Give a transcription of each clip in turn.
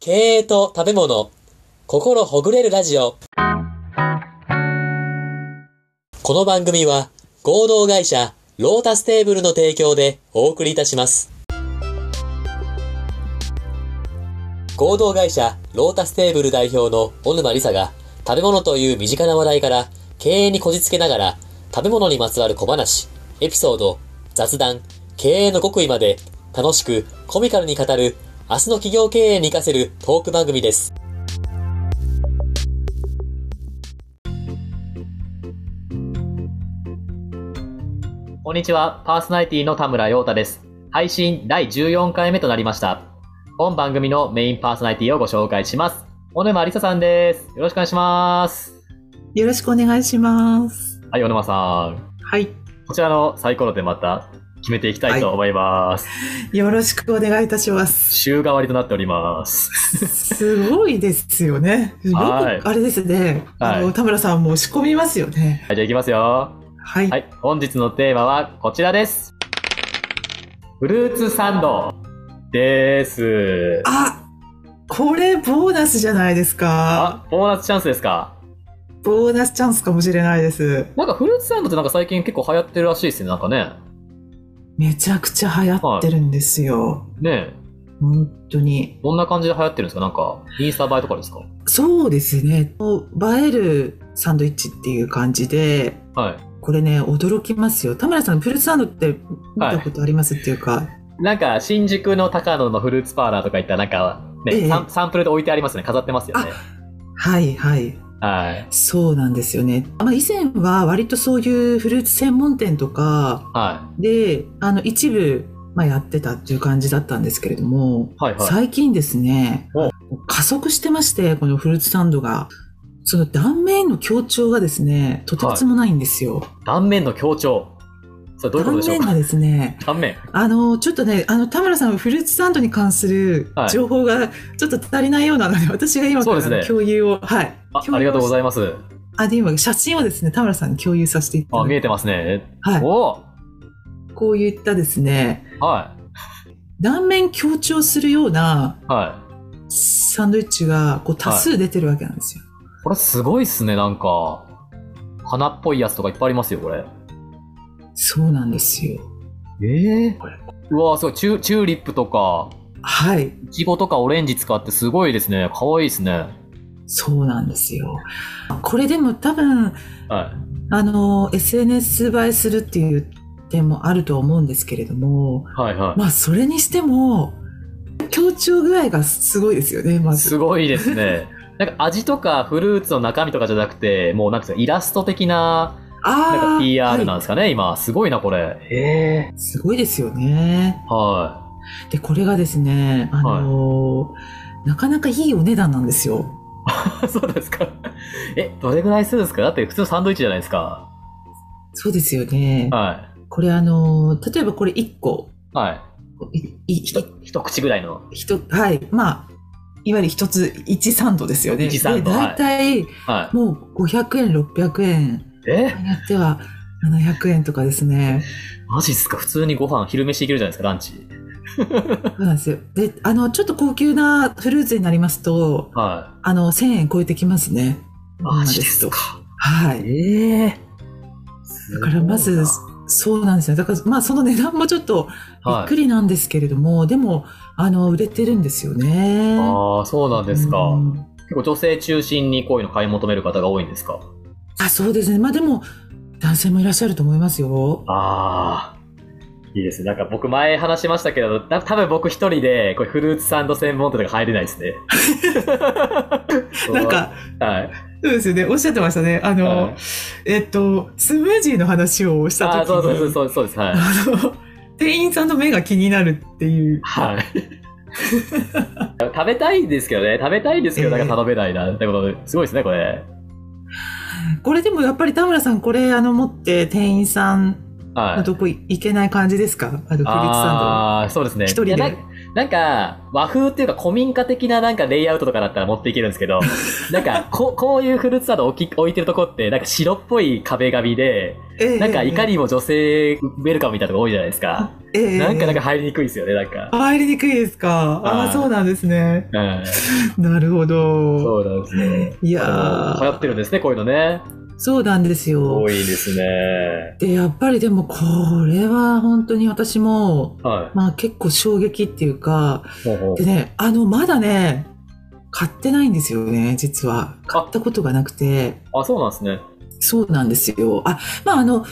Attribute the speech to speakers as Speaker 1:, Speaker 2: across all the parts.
Speaker 1: 経営と食べ物、心ほぐれるラジオ。この番組は、合同会社、ロータステーブルの提供でお送りいたします。合同会社、ロータステーブル代表の小沼理沙が、食べ物という身近な話題から、経営にこじつけながら、食べ物にまつわる小話、エピソード、雑談、経営の極意まで、楽しく、コミカルに語る、明日の企業経営に活かせるトーク番組です。こんにちは、パーソナリティの田村陽太です。配信第14回目となりました。本番組のメインパーソナリティをご紹介します。小沼りささんです。よろしくお願いします。
Speaker 2: よろしくお願いします。
Speaker 1: はい、小沼さん。
Speaker 2: はい。
Speaker 1: こちらのサイコロでまた決めていきたいと思います。
Speaker 2: よろしくお願いいたします。
Speaker 1: 週替わりとなっております。
Speaker 2: すごいですよね。よく、
Speaker 1: はい
Speaker 2: あれですね。あ
Speaker 1: は
Speaker 2: の、田村さんも仕込みますよね。
Speaker 1: はい、じゃあいきますよ。
Speaker 2: はい。
Speaker 1: はい、本日のテーマはこちらです。フルーツサンドです。
Speaker 2: あこれボーナスじゃないですか。
Speaker 1: あ、ボーナスチャンスですか。
Speaker 2: ボーナスチャンスかもしれないです。
Speaker 1: なんかフルーツサンドってなんか最近結構流行ってるらしいですね、なんかね。
Speaker 2: めちゃくちゃ流行ってるんですよ。
Speaker 1: ねえ
Speaker 2: 本当に。
Speaker 1: どんな感じで流行ってるんですかなんか、インスタ映えとかですか
Speaker 2: そうですね。映えるサンドイッチっていう感じで、
Speaker 1: はい。
Speaker 2: これね、驚きますよ。田村さん、フルーツサンドって見たことあります、っていうか、
Speaker 1: なんか、新宿の高野のフルーツパーラーとか行ったらなんか、
Speaker 2: え
Speaker 1: ね、
Speaker 2: え
Speaker 1: サンサンプルで置いてありますね。飾ってますよね。
Speaker 2: はいはい。
Speaker 1: はい。
Speaker 2: そうなんですよね。まあ、以前は割とそういうフルーツ専門店とか
Speaker 1: は
Speaker 2: で、あの、一部、まあ、やってたっていう感じだったんですけれども、
Speaker 1: い。はいはい。
Speaker 2: 最近ですね
Speaker 1: お、
Speaker 2: 加速してまして、このフルーツサンドが、その断面の強調がですね、とてつもないんですよ。
Speaker 1: 断面の強調。それどういうことで
Speaker 2: 断
Speaker 1: しょう
Speaker 2: 面
Speaker 1: か
Speaker 2: がですね、
Speaker 1: 断面。
Speaker 2: あの、ちょっとね、あの、田村さんはフルーツサンドに関する
Speaker 1: はい
Speaker 2: 情報がちょっと足りないようなので、私が今から
Speaker 1: そうですね
Speaker 2: 共有を、はい。
Speaker 1: あ、ありがとうござ
Speaker 2: い
Speaker 1: います。
Speaker 2: ます。あ、で、今、写真をですね、田村さんに共有させていた
Speaker 1: あ、
Speaker 2: だいて
Speaker 1: 見えてますね。
Speaker 2: はい。
Speaker 1: お
Speaker 2: こういったですね、
Speaker 1: は。
Speaker 2: 断面強調するようない
Speaker 1: はい。
Speaker 2: サンドイッチがこう多数出てるわけなんですよ。
Speaker 1: これすごいっすね、なんか。花っぽいやつとかいっぱいありますよ、これ。
Speaker 2: そうなんですよ。
Speaker 1: ええうわーすごい。チュチューリップとか、
Speaker 2: はい。
Speaker 1: イチゴとかオレンジ使ってすごいですね。可愛いですね。
Speaker 2: そうなんですよ。これでも多分、
Speaker 1: は
Speaker 2: あの、SNS 映えするっていう点もあるとは思うんですけれども、
Speaker 1: い。はいは
Speaker 2: まあ、それにしても、強調具合がすごいですよね、ま
Speaker 1: い。
Speaker 2: ず。
Speaker 1: すごいですね。 なんか味とかフルーツの中身とかじゃなくて、もうなんかイラスト的な、なん
Speaker 2: あ
Speaker 1: か
Speaker 2: ー
Speaker 1: PR なん
Speaker 2: は
Speaker 1: ですかね、今。すごいな、これ。ええ
Speaker 2: いすごいですよね。
Speaker 1: は
Speaker 2: で、これがですね、あの、なかなかいいお値段なんですよ。
Speaker 1: い。 そうですか。え、どれぐらいするんですかだって普通のサンドイッチじゃないですか。
Speaker 2: そうですよね。
Speaker 1: は
Speaker 2: これあの、例えばこれ1個、
Speaker 1: い。はい。
Speaker 2: いい
Speaker 1: 一一口ぐらいの。
Speaker 2: ひとはい、まあ、いわゆる一つ、1サンドですよね。
Speaker 1: 一サンド
Speaker 2: で
Speaker 1: はい
Speaker 2: 大体、
Speaker 1: は
Speaker 2: もう500円、600円、
Speaker 1: い。え
Speaker 2: 場合によっては700円とかですね。
Speaker 1: マジっすか普通にご飯、昼飯いけるじゃないですか、ランチ。
Speaker 2: そうなんですよ。で、あの、ちょっと高級なフルーツになりますと、
Speaker 1: は
Speaker 2: あの、1000円超えてきますね。
Speaker 1: い。マジですか
Speaker 2: は
Speaker 1: え
Speaker 2: い。
Speaker 1: え
Speaker 2: だからまず、そうなんですよ。だから、まあ、その値段もちょっとびっ
Speaker 1: は
Speaker 2: く
Speaker 1: い。
Speaker 2: りなんですけれども、でも、あの、売れてるんですよね。
Speaker 1: ああ、そうなんですか。
Speaker 2: うん
Speaker 1: 結構女性中心にこういうの買い求める方が多いんですか
Speaker 2: あそうですねまあでも男性もいらっしゃると思いますよ
Speaker 1: ああ。いいですね。なんか僕前話しましたけど、た多分僕一人で、これフルーツサンド専門店とか入れない ですね。
Speaker 2: なん、か
Speaker 1: はい。
Speaker 2: そうですよねおっしゃってましたねあの、
Speaker 1: はい
Speaker 2: えっとスムージーの話をした時に
Speaker 1: ああ、そうそうそうそうです。はい。
Speaker 2: あの店員さんの目が気になるっていう
Speaker 1: はい。食べたいんですけどね、食べたいんですけど、なんか頼めないな、ってことで、すごいですね、これ。
Speaker 2: これでもやっぱり田村さんこれあの持って店員さん
Speaker 1: はい。
Speaker 2: のとこい行けない感じですかあのフルーツサンド
Speaker 1: ああー、そうですね。
Speaker 2: 一人で
Speaker 1: いやなんなんか、和風っていうか古民家的ななんかレイアウトとかだったら持っていけるんですけ ど、なんかこ、こういうフルーツサンド置き置いてるとこって、なんか白っぽい壁紙で、
Speaker 2: ええ
Speaker 1: なんかいか
Speaker 2: え
Speaker 1: にも女性ウェルカムみたいなとこ多いじゃないですか。
Speaker 2: えええ
Speaker 1: なんかなんか入りにくいですよね、なんか。
Speaker 2: あ入りにくいですか。あ
Speaker 1: はい
Speaker 2: あ、そうなんですね。
Speaker 1: うん。
Speaker 2: なるほど。
Speaker 1: そうなんですね。
Speaker 2: いや
Speaker 1: 流行
Speaker 2: ー
Speaker 1: ってるんですね、こういうのね。
Speaker 2: そうなんですよ
Speaker 1: 多。いですね。
Speaker 2: で、やっぱりでもこれは本当に私も、
Speaker 1: は
Speaker 2: まあ結構衝撃っていうか、
Speaker 1: い。ほうほう
Speaker 2: でね、あの、まだね、買ってないんですよね、実は。買ったことがなくて。
Speaker 1: あ、そうなんですね。
Speaker 2: そうなんですよ。あ、まああの、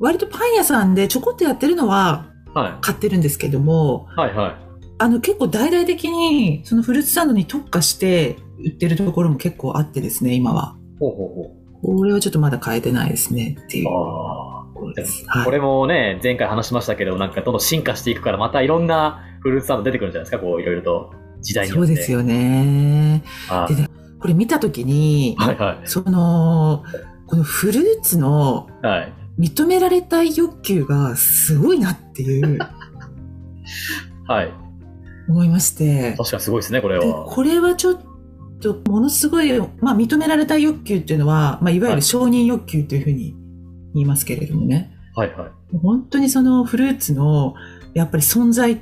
Speaker 2: 割とパン屋さんでちょこっとやってるのは
Speaker 1: は
Speaker 2: 買ってるんですけども、
Speaker 1: い。はいはい。
Speaker 2: あの結構大々的にそのフルーツサンドに特化して売ってるところも結構あってですね、今は。
Speaker 1: ほうほうほ。
Speaker 2: これはちょっとまだ買えてないですねっていうう
Speaker 1: あ
Speaker 2: ところ
Speaker 1: ー
Speaker 2: です。はい
Speaker 1: これもね、前回話しましたけど、なんかどんどん進化していくから、またいろんなフルーツサンド出てくるんじゃないですか、こういろいろと。時代に
Speaker 2: そ
Speaker 1: よっ
Speaker 2: う
Speaker 1: て。
Speaker 2: ですよね。
Speaker 1: あー
Speaker 2: でこれ見たときに、
Speaker 1: はいは
Speaker 2: その、このフルーツの
Speaker 1: い。はい。
Speaker 2: 認められたい欲求がすごいなっ ていう
Speaker 1: はい。
Speaker 2: 思いまして、
Speaker 1: 確かにすごいですね、これ
Speaker 2: で
Speaker 1: は。
Speaker 2: これはちょっとものすごい、まあ、認められたい欲求っていうのは、まあ、いわゆ
Speaker 1: はい
Speaker 2: る承認欲求というふうに言いますけれどもね、
Speaker 1: はいはい。
Speaker 2: 本当にそのフルーツのやっぱり存在っ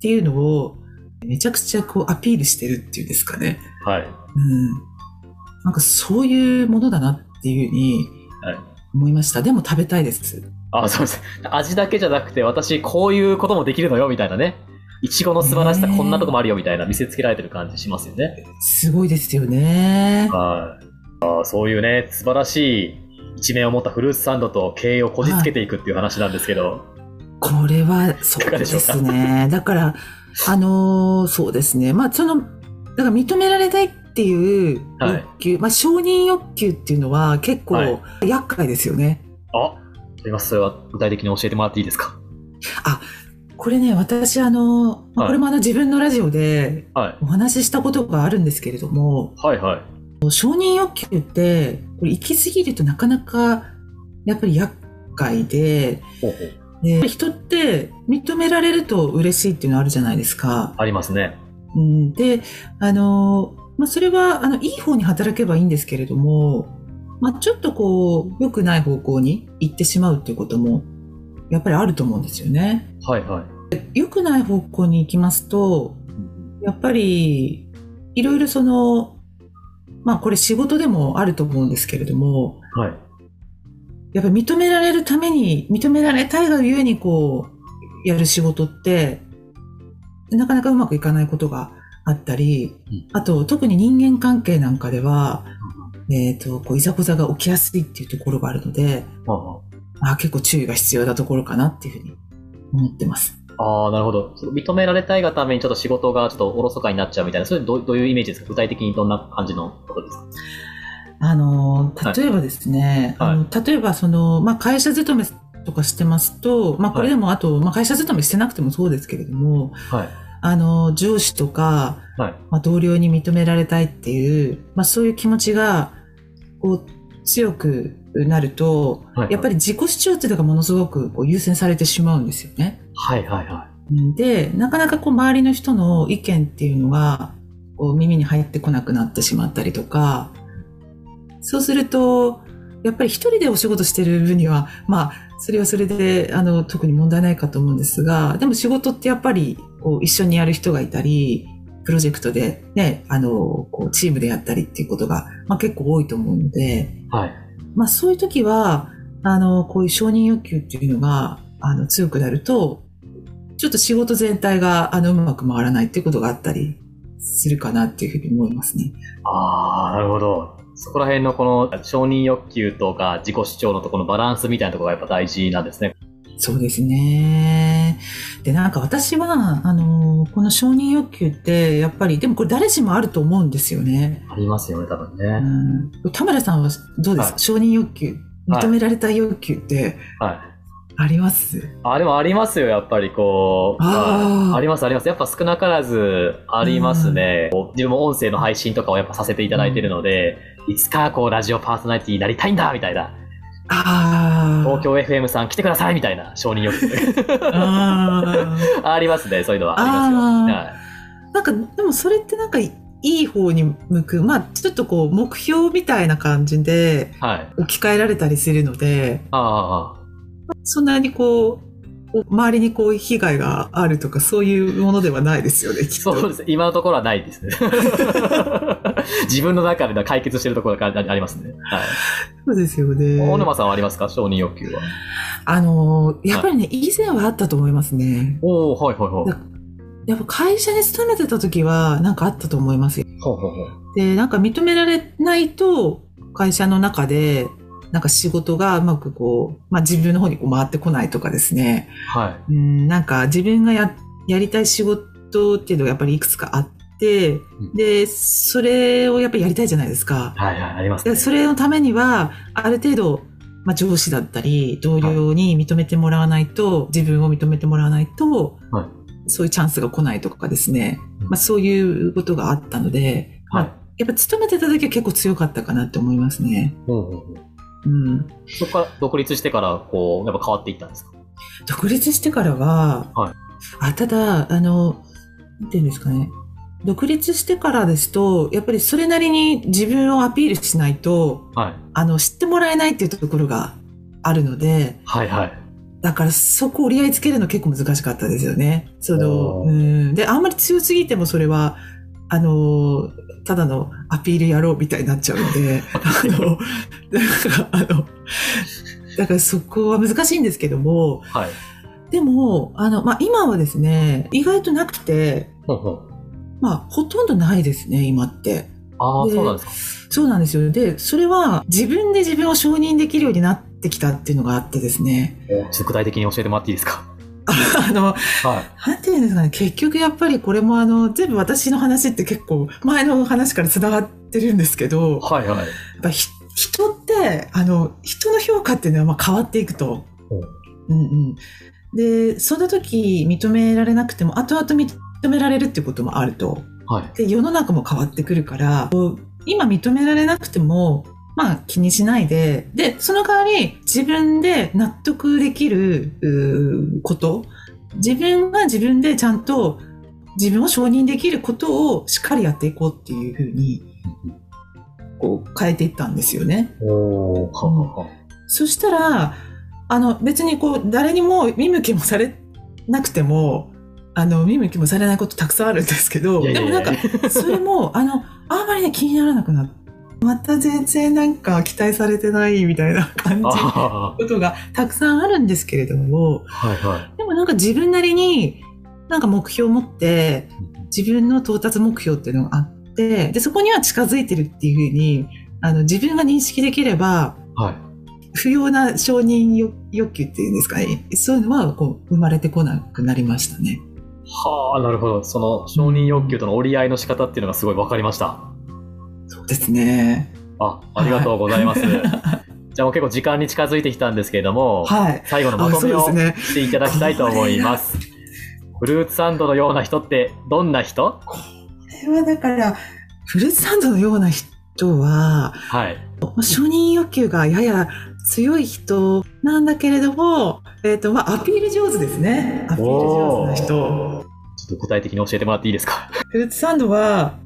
Speaker 2: ていうのをめちゃくちゃこうアピールしてるっていうんですかね。
Speaker 1: はい。
Speaker 2: うん。なんかそういうものだなっていうふうに
Speaker 1: はい
Speaker 2: 思いました。でも食べたいです。
Speaker 1: あ、そうです。味だけじゃなくて、私、こういうこともできるのよ、みたいなね。いちごの素晴らしさ、
Speaker 2: ねえ
Speaker 1: こんなとこもあるよ、みたいな、見せつけられてる感じしますよね。
Speaker 2: すごいですよね。
Speaker 1: はい。あーそういうね、素晴らしい一面を持ったフルーツサンドと経営をこじつけていくっていう話なんですけど。
Speaker 2: これは、そ
Speaker 1: いか
Speaker 2: う
Speaker 1: がで
Speaker 2: で
Speaker 1: しょうか
Speaker 2: すね。だから、あのーそうですね。まあ、その、だから認められたいっていう
Speaker 1: はい
Speaker 2: 欲求、まあ、承認欲求っていうのは結
Speaker 1: は
Speaker 2: 構厄介ですよね。
Speaker 1: あ、すみません、それは具体的に教えてもらっていいですか。
Speaker 2: これね、私、あのー
Speaker 1: はい
Speaker 2: まあ、これもあの自分のラジオで
Speaker 1: はい。
Speaker 2: お話ししたことがあるんですけれども、
Speaker 1: はいはい。
Speaker 2: 承認欲求って、これ行き過ぎるとなかなか、やっぱり厄介で、
Speaker 1: ほうほう
Speaker 2: で人って認められると嬉しいっていうのあるじゃないですか。
Speaker 1: ありますね。
Speaker 2: うん、で、あの、まあ、それは、あの、いい方に働けばいいんですけれども、まあ、ちょっとこう、良くない方向に行ってしまうっていうことも、やっぱりあると思うんですよね。
Speaker 1: はいはい。
Speaker 2: 良くない方向に行きますと、やっぱり、いろいろその、まあ、これ仕事でもあると思うんですけれども、
Speaker 1: はい。
Speaker 2: やっぱり認められるために、認められたいがゆえにこう、やる仕事って、なかなかうまくいかないことがあったり、
Speaker 1: うん
Speaker 2: あと特に人間関係なんかでは、えっ、と、こう、いざこざが起きやすいっていうところがあるので、
Speaker 1: まあま
Speaker 2: まあ結構注意が必要なところかなっていうふうに思ってます。
Speaker 1: ああー、なるほど。その認められたいがためにちょっと仕事がちょっとおろそかになっちゃうみたいな、それどうどういうイメージですか具体的にどんな感じのことですか
Speaker 2: あの
Speaker 1: はい、
Speaker 2: 例えばですね、
Speaker 1: はい
Speaker 2: あの例えばその、まあ会社勤めとかしてますと、まあこれでもあと、まあ会社勤めしてなくてもそうですけれども、
Speaker 1: はい。
Speaker 2: あの、上司とか、
Speaker 1: はい。
Speaker 2: まあ、同僚に認められたいっていう、まあ、そういう気持ちがこう強くなると、
Speaker 1: はいはい
Speaker 2: やっぱり自己主張っていうのがものすごくこう優先されてしまうんですよね。
Speaker 1: はいはいは
Speaker 2: うんでなかなかこう周りの人の意見っていうのがこう耳に入ってこなくなってしまったりとかそうするとやっぱり一人でお仕事してる分にはまあそれはそれであの特に問題ないかと思うんですがでも仕事ってやっぱりこう一緒にやる人がいたりプロジェクトで、ね、あのこうチームでやったりっていうことが、まあ、結構多いと思うので。
Speaker 1: い。はい。
Speaker 2: まあ、そういう時はあのこういう承認欲求っていうのがあの強くなるとちょっと仕事全体があのうまく回らないっていうことがあったりするかなっていうふうに思いますね。
Speaker 1: ああ、なるほど。そこら辺のこの承認欲求とか自己主張のところのバランスみたいなところがやっぱ大事なんですね。
Speaker 2: そうですね。でなんか私はあのこの承認欲求ってやっぱりでもこれ誰しもあると思うんですよね。
Speaker 1: ありますよね、多分ね。
Speaker 2: うん、田村さんはどうですか、
Speaker 1: は
Speaker 2: 承認欲求
Speaker 1: はい
Speaker 2: 認められたい欲求って
Speaker 1: はい。
Speaker 2: あります、
Speaker 1: あ、でもありますよ、やっぱりこう。
Speaker 2: あー
Speaker 1: はいあります、あります。やっぱ少なからずありますね。こう自分も音声の配信とかをやっぱさせていただいてるので、いつかこうラジオパーソナリティになりたいんだみたいな
Speaker 2: ああ。
Speaker 1: 東京 FM さん来てくださいみたいな承認欲 求
Speaker 2: あー
Speaker 1: ありますねそういうのはありますよ、はい、
Speaker 2: なんか、でもそれってなんかいい方に向く、まあ、ちょっとこう、目標みたいな感じで
Speaker 1: はい。
Speaker 2: 置き換えられたりするので、
Speaker 1: ああああ。
Speaker 2: そんなにこう、周りにこう、被害があるとか、そういうものではないですよね、きっ
Speaker 1: そう
Speaker 2: と。
Speaker 1: です。今のところはないです ね。自分の中での解決してるところがあありますね。はい。
Speaker 2: そうですよね。
Speaker 1: 小沼さんはありますか承認欲求は。
Speaker 2: あの、やっぱりね、以前はあったと思いますね。
Speaker 1: おおはいはいはい。
Speaker 2: やっぱ会社に勤めてた時は、なんかあったと思いますよ。
Speaker 1: ほうほうほう。
Speaker 2: で、なんか認められないと、会社の中で、なんか仕事がうまくこう、まあ自分の方にこう回ってこないとかですね。
Speaker 1: はい。
Speaker 2: うん、なんか自分がややりたい仕事っていうのがやっぱりいくつかあって、
Speaker 1: ん
Speaker 2: でそれをやっぱりやりたいじゃないですか。
Speaker 1: はいはい、あります
Speaker 2: で
Speaker 1: ね。
Speaker 2: それのためにはある程度、まあ、上司だったり同僚に認めてもらわないと、自分を認めてもらわないと、
Speaker 1: はい
Speaker 2: そういうチャンスが来ないとかですね、
Speaker 1: うん
Speaker 2: まあ、そういうことがあったので、
Speaker 1: は
Speaker 2: まあ
Speaker 1: い。
Speaker 2: やっぱ勤めてた時は結構強かったかなって思いますね。
Speaker 1: ほうほうほう。
Speaker 2: うん、
Speaker 1: そこから独立してから、こう、やっぱ変わっていったんですか
Speaker 2: 独立してからは、
Speaker 1: はい
Speaker 2: あただあのなんていうんですかね独立してからですとやっぱりそれなりに自分をアピールしないと
Speaker 1: はい。
Speaker 2: あの知ってもらえないっていうところがあるので
Speaker 1: はいはい。
Speaker 2: だからそこを折り合いつけるの結構難しかったですよね。その
Speaker 1: おー
Speaker 2: うんであんまり強すぎてもそれはあのただのアピール野郎みたいになっちゃう のであのなんかあのだからそこは難しいんですけども。
Speaker 1: はい。
Speaker 2: でも、あの、まあ、今はですね、意外となくて、
Speaker 1: ほうほう。
Speaker 2: まあ、ほとんどないですね、今って。
Speaker 1: ああ、
Speaker 2: で
Speaker 1: そうなんですか。
Speaker 2: そうなんですよ。で、それは自分で自分を承認できるようになってきたっていうのがあってですね。
Speaker 1: おちょっと具体的に教えてもらっていいですか
Speaker 2: あの、
Speaker 1: はい。
Speaker 2: なんていうんですかね、結局やっぱりこれもあの、全部私の話って結構前の話から繋がってるんですけど、
Speaker 1: はいはい。
Speaker 2: やっぱひ人って、あの、人の評価っていうのはまあ変わっていくと。うんうん。で、その時認められなくても、後々認められるっていうこともあると。
Speaker 1: はい。
Speaker 2: で世の中も変わってくるからこう今認められなくてもまあ気にしないででその代わり自分で納得できるうーこと自分が自分でちゃんと自分を承認できることをしっかりやっていこうっていうふうにこう変えていったんですよね。
Speaker 1: おー、ははは
Speaker 2: そしたらあの別にこう誰にも見向きもされなくてもあの見向きもされないことたくさんあるんですけど
Speaker 1: いやいやいや
Speaker 2: でもなんかそれも、あの、あんまりね、気にならなくなった。また全然なんか期待されてないみたいな感じのこ
Speaker 1: あ
Speaker 2: とがたくさんあるんですけれども、
Speaker 1: あ、はいはい。
Speaker 2: でもなんか自分なりになんか目標を持って、自分の到達目標っていうのがあって、で、そこには近づいてるっていうふうに、あの、自分が認識できれば、
Speaker 1: はい。
Speaker 2: 不要な承認欲欲求っていうんですかね。そういうのは、こう、生まれてこなくなりましたね。
Speaker 1: はあ、なるほど。その承認欲求との折り合いの仕方っていうのがすごい分かりました。
Speaker 2: そうですね。
Speaker 1: あ、ありがとうございます。じゃあもう結構時間に近づいてきたんですけれども、
Speaker 2: はい。
Speaker 1: 最後のま
Speaker 2: あ、
Speaker 1: と
Speaker 2: そう
Speaker 1: め
Speaker 2: で
Speaker 1: を
Speaker 2: すね。
Speaker 1: していただきたいと思います。フルーツサンドのような人ってどんな人
Speaker 2: これはだから、フルーツサンドのような人は、
Speaker 1: はい。
Speaker 2: 承認欲求がやや強い人なんだけれども、えっ、と、まあ、アピール上手ですね。アピール上手な人。
Speaker 1: ちょっと具体的に教えてもらっていいですか
Speaker 2: フルーツサンドは、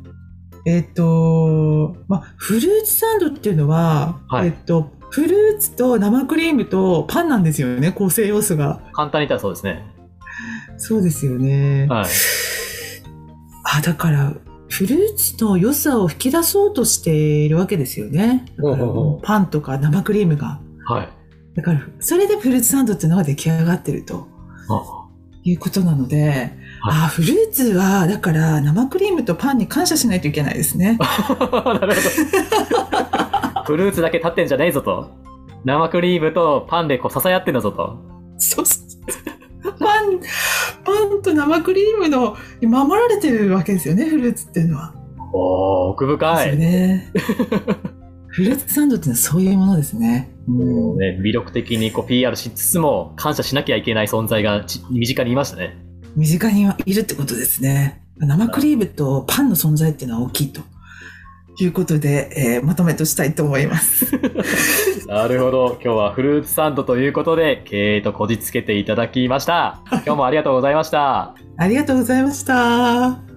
Speaker 2: えっ、と、まあ、フルーツサンドっていうのは、
Speaker 1: はい
Speaker 2: えっ、と、フルーツと生クリームとパンなんですよね、構成要素が。
Speaker 1: 簡単に言ったらそうですね。
Speaker 2: そうですよね。
Speaker 1: はい。
Speaker 2: あ、だから、フルーツの良さを引き出そうとしているわけですよね。だから
Speaker 1: ほうほうほう
Speaker 2: パンとか生クリームが。
Speaker 1: はい。
Speaker 2: だから、それでフルーツサンドっていうのが出来上がってると
Speaker 1: あ
Speaker 2: いうことなので、あ、フルーツは、だから生クリームとパンに感謝しないといけないですね。
Speaker 1: なるほど。 フルーツだけ立ってんじゃねえぞと。生クリームとパンでこう支え合ってんだぞと。
Speaker 2: そうそうパン、パンと生クリームのに守られてるわけですよね、フルーツっていうのは。
Speaker 1: おー、奥深
Speaker 2: です
Speaker 1: い。
Speaker 2: よね。フルーツサンドっていうのはそういうものですね。うん
Speaker 1: もうね、魅力的にこう PR しつつも感謝しなきゃいけない存在がち身近にいましたね。
Speaker 2: 身近にいるってことですね。生クリームとパンの存在っていうのは大きいと。いうことで、えーまとめとしたいと思います。
Speaker 1: なるほど。今日はフルーツサンドということで、経営と こじつけていただきました。今日もありがとうございました。
Speaker 2: ありがとうございました。